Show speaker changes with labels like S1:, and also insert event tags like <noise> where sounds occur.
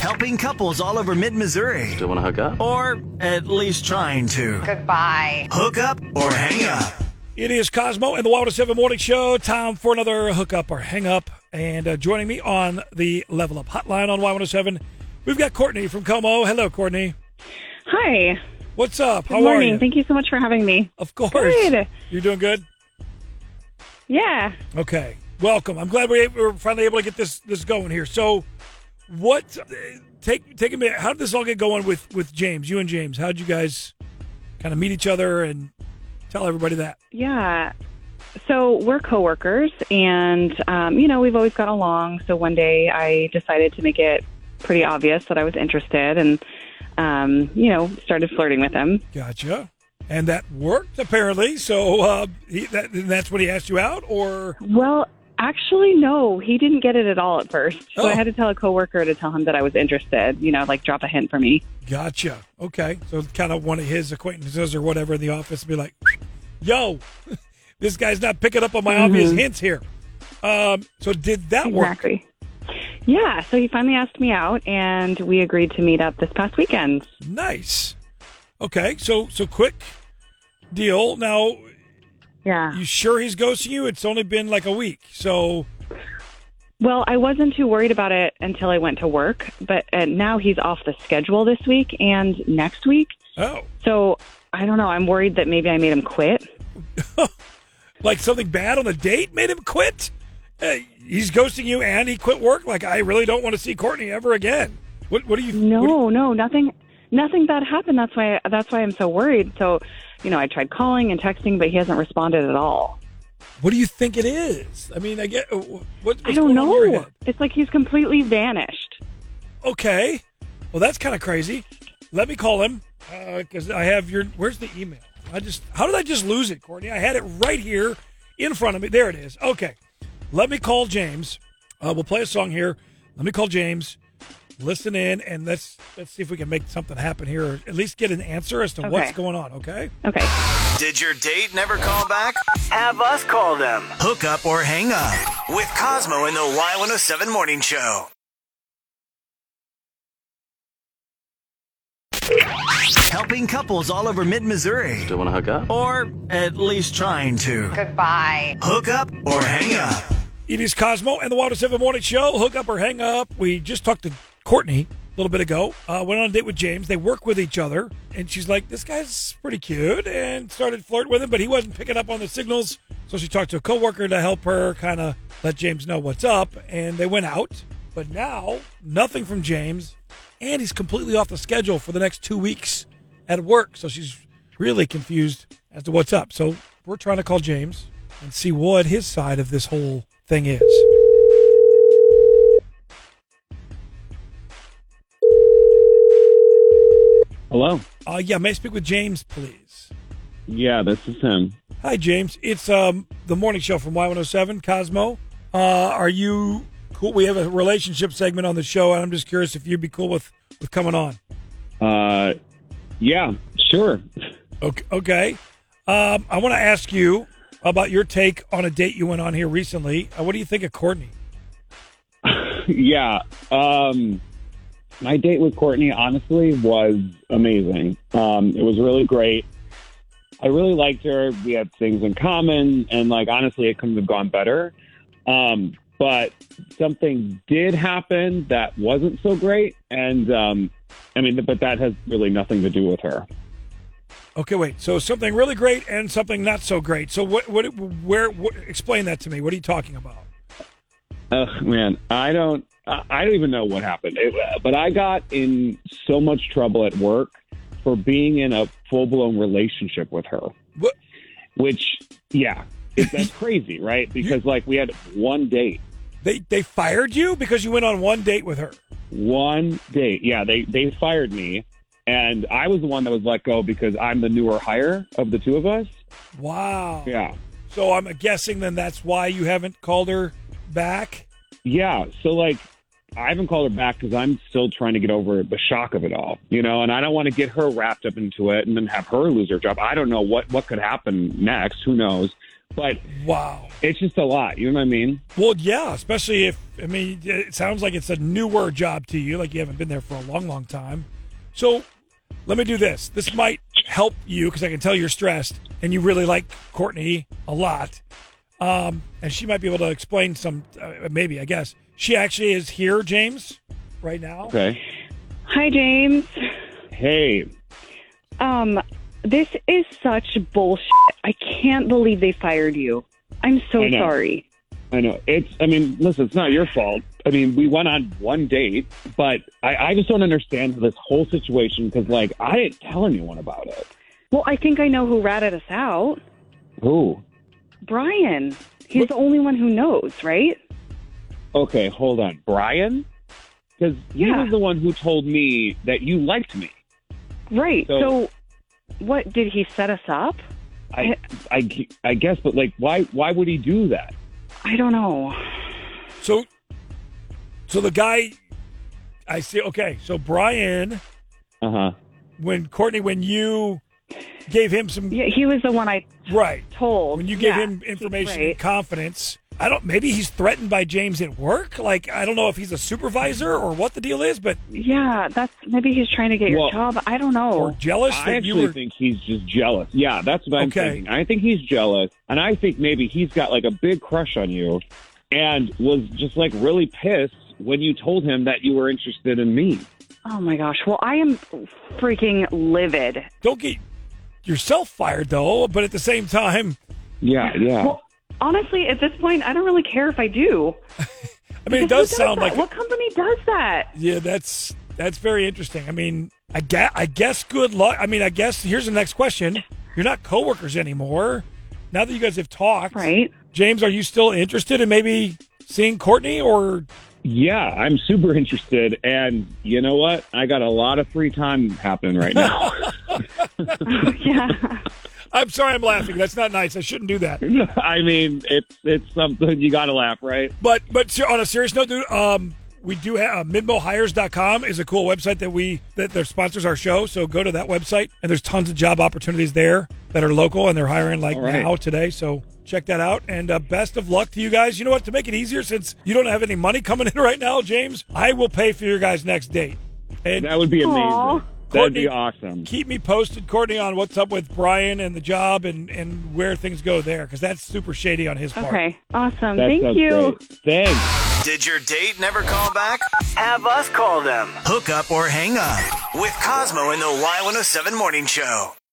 S1: helping couples all over mid Missouri,
S2: Do you want to hook up?
S1: or at least trying to
S3: Goodbye.
S1: hook up or hang up.
S4: It is Cosmo and the Wild 7 Morning Show. Time for another hookup or hang up. And uh, joining me on the Level Up Hotline on Y107, we've got Courtney from Como. Hello, Courtney.
S5: Hi.
S4: What's up?
S5: Good
S4: How
S5: morning.
S4: are you?
S5: Thank you so much for having me.
S4: Of course.
S5: Good.
S4: You're doing good?
S5: Yeah.
S4: Okay. Welcome. I'm glad we we're finally able to get this this going here. So, what? uh, Take take a minute. How did this all get going with with James? You and James. How would you guys kind of meet each other and tell everybody that?
S5: Yeah. So we're coworkers, and um, you know we've always got along. So one day I decided to make it pretty obvious that I was interested, and um, you know started flirting with him.
S4: Gotcha. And that worked apparently. So uh, he, that, that's when he asked you out, or
S5: Well, actually, no, he didn't get it at all at first. So
S4: Oh.
S5: I had to tell a coworker to tell him that I was interested. You know, like drop a hint for me.
S4: gotcha. Okay. So kind of one of his acquaintances or whatever in the office be like, "Yo, <laughs> this guy's not picking up on my obvious hints here." Um, so did that work?
S5: Exactly. Yeah. So he finally asked me out, and we agreed to meet up this past weekend.
S4: Nice. Okay, so so quick deal. Now
S5: Yeah.
S4: you sure he's ghosting you? It's only been like a week, so
S5: Well, I wasn't too worried about it until I went to work, but uh, now he's off the schedule this week and next week.
S4: oh,
S5: So I don't know. I'm worried that maybe I made him quit.
S4: like something bad on the date made him quit. Hey, he's ghosting you, and he quit work. Like I really don't want to see Courtney ever again. What what do you?
S5: No,
S4: what do you-
S5: no, nothing, nothing bad happened. That's why that's why I'm so worried. So, you know, I tried calling and texting, but he hasn't responded at all.
S4: what do you think it is? I mean, I get uh, what. What's
S5: I don't
S4: going on in your
S5: know.
S4: head?
S5: It's like he's completely vanished.
S4: Okay, well that's kind of crazy. Let me call him because I have your. Where's the email? I just how did I just lose it, Courtney? I had it right here in front of me. There it is. Okay, let me call James. Uh, we'll play a song here. Let me call James. Listen in and let's let's see if we can make something happen here, or at least get an answer as to what's
S5: Okay.
S4: going on. Okay.
S5: Okay.
S1: Did your date never call back? Have us call them. Hook up or hang up with Cosmo in the Y107 Morning Show. Helping couples all over mid Missouri,
S2: Do you want to hook up?
S1: or at least trying to
S3: Goodbye.
S1: hook up or hang up.
S4: It is Cosmo and the Water 7 Morning Show. Hook up or hang up. We just talked to Courtney a little bit ago. Uh, went on a date with James. They work with each other. And she's like, this guy's pretty cute. And started flirting with him, but he wasn't picking up on the signals. So she talked to a coworker to help her kind of let James know what's up. And they went out. But now, nothing from James. And he's completely off the schedule for the next two weeks at work. So she's really confused as to what's up. So we're trying to call James and see what his side of this whole thing is.
S6: Hello.
S4: Uh, yeah, may I speak with James, please?
S6: Yeah, this is him.
S4: Hi, James. It's um, the morning show from Y107, Cosmo. Uh, are you cool? We have a relationship segment on the show, and I'm just curious if you'd be cool with, with coming on.
S6: Uh, yeah, sure. <laughs>
S4: Okay. okay. Um, I want to ask you about your take on a date you went on here recently. Uh, what do you think of Courtney?
S6: yeah. Um, my date with Courtney honestly was amazing. Um, it was really great. I really liked her. We had things in common, and like honestly, it couldn't have gone better. Um, but something did happen that wasn't so great, and um, I mean, but that has really nothing to do with her.
S4: Okay, wait. So something really great and something not so great. So what? What? Where? What, explain that to me. What are you talking about?
S6: Oh man, I don't, I I don't even know what happened. It, but I got in so much trouble at work for being in a full blown relationship with her.
S4: What?
S6: Which, yeah, it, that's crazy, right? Because like we had one date,
S4: They they fired you because you went on one date with her.
S6: one date. Yeah, they they fired me, and I was the one that was let go because I'm the newer hire of the two of us.
S4: Wow.
S6: Yeah.
S4: So I'm guessing then that's why you haven't called her back.
S6: Yeah. So like, I haven't called her back because I'm still trying to get over the shock of it all, you know. And I don't want to get her wrapped up into it and then have her lose her job. I don't know what what could happen next. Who knows? But
S4: Wow.
S6: it's just a lot. You know what I mean?
S4: Well, yeah, especially if I mean, it sounds like it's a newer job to you, like you haven't been there for a long, long time. So, let me do this. This might help you because I can tell you're stressed and you really like Courtney a lot, um, and she might be able to explain some. Uh, maybe I guess she actually is here, James, right now.
S6: Okay.
S5: Hi, James.
S6: Hey,
S5: Um, this is such bullshit. I can't believe they fired you. I'm so
S6: I know.
S5: sorry.
S6: I know it's. I mean, listen, it's not your fault. I mean, we went on one date, but I, I just don't understand this whole situation because, like, I didn't tell anyone about it.
S5: Well, I think I know who ratted us out.
S6: Who?
S5: Brian. He's the only one who knows, right?
S6: Okay, hold on, Brian, because he
S5: Yeah.
S6: was the one who told me that you liked me.
S5: Right.
S6: So-
S5: So, what did he set us up?
S6: I, I, I guess, but like, why? Why would he do that?
S5: I don't know.
S4: So, so the guy, I see. Okay, so Brian,
S6: Uh
S5: Uh-huh.
S6: huh.
S4: when Courtney, when you gave him some
S5: Yeah, he was the one I
S4: right
S5: told.
S4: when you give
S5: Yeah,
S4: him information
S5: right.
S4: and confidence i don't maybe he's threatened by james at work like i don't know if he's a supervisor or what the deal is but
S5: Yeah, that's maybe he's trying to get your
S6: Well-
S5: job. I don't know.
S4: or jealous
S6: Oh, I
S4: that
S6: actually
S4: you were
S6: think he's just jealous. Yeah, that's what I'm
S4: Okay.
S6: thinking. I think he's jealous, and I think maybe he's got like a big crush on you, and was just like really pissed when you told him that you were interested in me.
S5: oh my gosh. Well, I am freaking livid.
S4: don't get yourself fired though but at the same time
S6: Yeah, yeah.
S5: Well, honestly, at this point, I don't really care if I do.
S4: i mean it
S5: Because
S4: does
S5: who
S4: sound
S5: that?
S4: like
S5: what company does that?
S4: yeah that's that's very interesting i mean i guess, I guess good luck i mean i guess here's the next question you're not coworkers anymore now that you guys have talked
S5: Right. <laughs>
S4: james are you still interested in maybe seeing courtney or
S6: yeah, I'm super interested, and you know what? I got a lot of free time happening right
S5: <laughs>
S6: now. <laughs>
S5: yeah.
S4: i'm sorry i'm laughing that's not nice i shouldn't do that
S6: I mean, it's it's something you got to laugh, right?
S4: But but ser- on a serious note, dude, um, we do have uh, midmohires.com is a cool website that we that their sponsors our show. So go to that website and there's tons of job opportunities there that are local and they're hiring like
S6: All right.
S4: now today. So check that out and uh, best of luck to you guys. You know what? To make it easier, since you don't have any money coming in <laughs> right now, James, I will pay for your guys' next date. And
S6: That would be amazing.
S5: Aw.
S6: That'd be
S4: Courtney-
S6: awesome.
S4: keep me posted, Courtney, on what's up with Brian and the job and and where things go there because that's super shady on his part.
S5: Okay. Awesome.
S6: That
S5: Thank
S6: sounds
S5: you.
S6: Great. Thanks.
S1: Did your date never call back? Have us call them. Hook up or hang up with Cosmo in the Y107 Morning Show.